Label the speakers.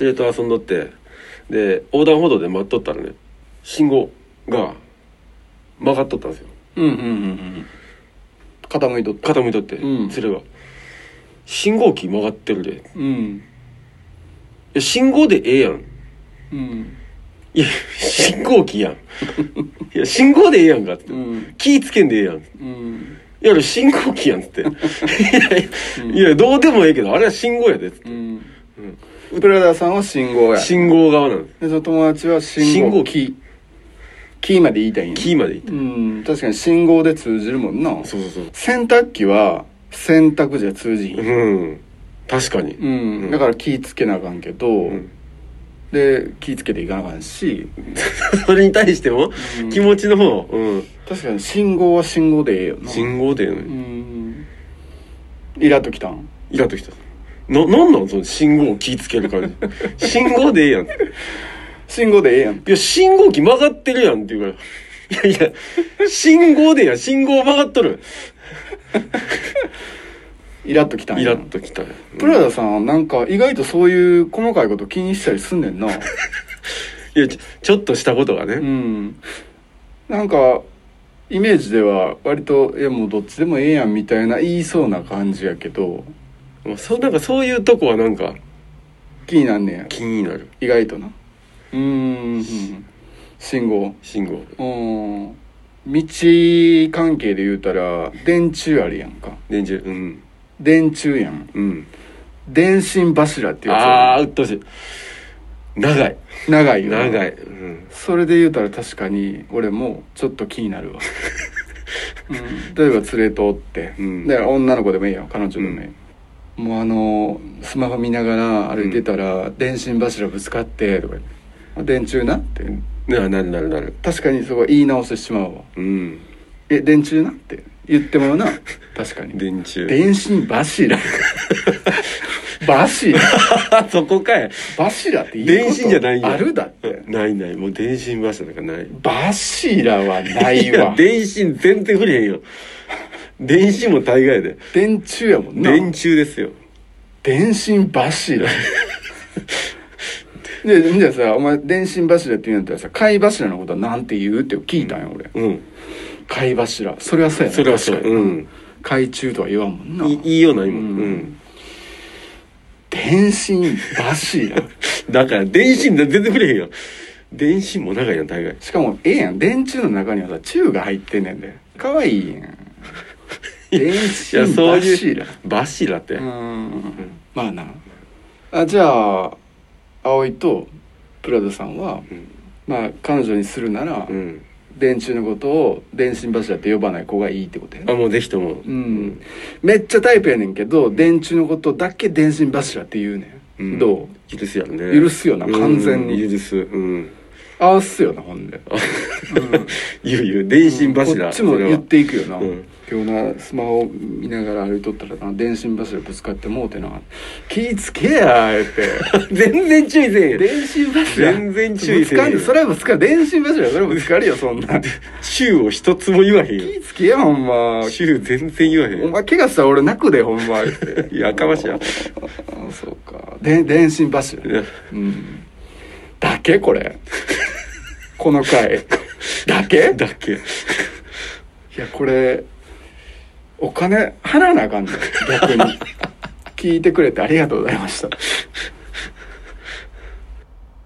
Speaker 1: 連れと遊んどってで横断歩道で待っとったらね信号が曲がっとったんですよ
Speaker 2: うんうんうんうん傾いとった
Speaker 1: 傾いとって、
Speaker 2: うん
Speaker 1: 連れが「信号機曲がってるで」い
Speaker 2: うん
Speaker 1: や信号でええやん」
Speaker 2: うん
Speaker 1: いや信号機や んいや信号でええやんか」っつって
Speaker 2: うん
Speaker 1: 「気ぃつけんでええやん」
Speaker 2: うん
Speaker 1: いや、あれ信号機やんっつ って。いやいや、いやどうでもええけど、あれは信号やでっつって。
Speaker 2: うんプラダーさんは信号やで
Speaker 1: 信号側なんです。
Speaker 2: その友達は信
Speaker 1: 信
Speaker 2: 号
Speaker 1: 号
Speaker 2: キキーまで言いたいんや
Speaker 1: キーまで行っ
Speaker 2: うん確かに信号で通じるもんな
Speaker 1: た。そうそうそう。
Speaker 2: 洗濯機は洗濯じゃ通じひん
Speaker 1: うん。確かに。
Speaker 2: うん、だから気ぃつけなあかんけど、
Speaker 1: ん
Speaker 2: で気ぃつけていかなあかんし
Speaker 1: それに対しても、気持ちの方、うん。
Speaker 2: 確かに信号は信号でええよな
Speaker 1: 信号でええの
Speaker 2: う
Speaker 1: に、
Speaker 2: んイラっときたん
Speaker 1: イラッときた。な、なんなんその信号を気ぃつける感 じ。信号でええやん。い
Speaker 2: 信号でええやん
Speaker 1: や、信号機曲がってるやんっていうから。いやいや、信号でええやん。信号曲がっとる。
Speaker 2: イラっときたんや
Speaker 1: イラッときた。
Speaker 2: プラダさんなんか意外とそういう細かいこと気にしたりすんねん ない
Speaker 1: や、ちょちょっとしたことがね。
Speaker 2: うんなんかイメージでは割と「いやもうどっちでもええやん」みたいな言いそうな感じやけど
Speaker 1: まあそう、なんかそういうとこはなんか、
Speaker 2: 気になんねや
Speaker 1: 気になる。
Speaker 2: 意外となうーんうん信号
Speaker 1: 信号。
Speaker 2: うん道関係で言うたら電柱あるやんか
Speaker 1: 電柱。うん。
Speaker 2: 電柱やん
Speaker 1: うん。
Speaker 2: 電信柱っていう
Speaker 1: ああ
Speaker 2: や
Speaker 1: ー、うっとうしい。長い。
Speaker 2: つ長いよな
Speaker 1: 長い。うん。
Speaker 2: それで言うたら確かに俺もちょっと気になるわ、うん、例えば連れとおって、
Speaker 1: うん
Speaker 2: だから女の子でもいいよ彼女でもいい、もうあのスマホ見ながら歩いてたら、電信柱ぶつかってとか言ってあ電柱なって
Speaker 1: な、なるなるなる。
Speaker 2: 確かにそこは言い直してしまうわ
Speaker 1: うん。
Speaker 2: え電柱なって言っても らうな確かに
Speaker 1: 電柱。
Speaker 2: 電信 柱柱
Speaker 1: そこかい。
Speaker 2: 柱って言うこ
Speaker 1: 電
Speaker 2: と
Speaker 1: 信じゃないよ。
Speaker 2: あるだって
Speaker 1: ないない。もう電信柱とかない。
Speaker 2: 柱はない
Speaker 1: いや
Speaker 2: わ
Speaker 1: 電信全然振りへんよ。電信も大概で。
Speaker 2: 電柱やもんな
Speaker 1: 電柱ですよ。
Speaker 2: 電信柱 でじゃあさお前電信柱って言うんだったらさ貝柱のことはなんて言うって聞いたんよ俺
Speaker 1: うん。
Speaker 2: 貝柱それはそうやな
Speaker 1: それはそう。
Speaker 2: 確かに
Speaker 1: うん。
Speaker 2: 海中とは言わんもんない
Speaker 1: いいいようないもん。
Speaker 2: う
Speaker 1: うんん。
Speaker 2: 電 信柱
Speaker 1: だから電信全然振りへんよ。電信も長いやん、大概。
Speaker 2: しかもええやん電柱の中にはさ宙が入ってんねんでか わいいやん電
Speaker 1: い
Speaker 2: 信
Speaker 1: や、そうい
Speaker 2: 柱
Speaker 1: う。柱って。
Speaker 2: うんまあなあじゃあ葵とプラダさんは、
Speaker 1: ん
Speaker 2: まあ彼女にするなら、
Speaker 1: うん。
Speaker 2: 電柱のことを電信柱って呼ばない子がいいってことや
Speaker 1: あ、
Speaker 2: な
Speaker 1: もうぜひとも。
Speaker 2: うん、めっちゃタイプやねんけど電柱のことだけ電信柱って言うねん、
Speaker 1: ん
Speaker 2: ど
Speaker 1: 許すやろね
Speaker 2: 許すよな完全に
Speaker 1: うん許すうん
Speaker 2: う合わすよなほんで
Speaker 1: 言う言う電信柱
Speaker 2: こっちも
Speaker 1: それは
Speaker 2: 言っていくよな、
Speaker 1: うん
Speaker 2: 今日なスマホ見ながら歩いとったらな電信柱ぶつかってもうてな気ぃつけや言って
Speaker 1: 全然注意せんよ
Speaker 2: 電信柱
Speaker 1: 全然注意
Speaker 2: ぶつ
Speaker 1: せえよ
Speaker 2: かんでそれはぶつかる電信柱それはぶつかるよそん な気
Speaker 1: 宙を一つも言わへんよ
Speaker 2: ぃつけやほん ま
Speaker 1: 宙全然言わへん
Speaker 2: お前怪我したら俺泣くでほんま言って
Speaker 1: いやあかましいや
Speaker 2: あそうかで電信柱
Speaker 1: いや
Speaker 2: うんだけこれこの回だけ
Speaker 1: だっけ
Speaker 2: いやこれお金払わなあかんねん逆に聞いてくれてありがとうございました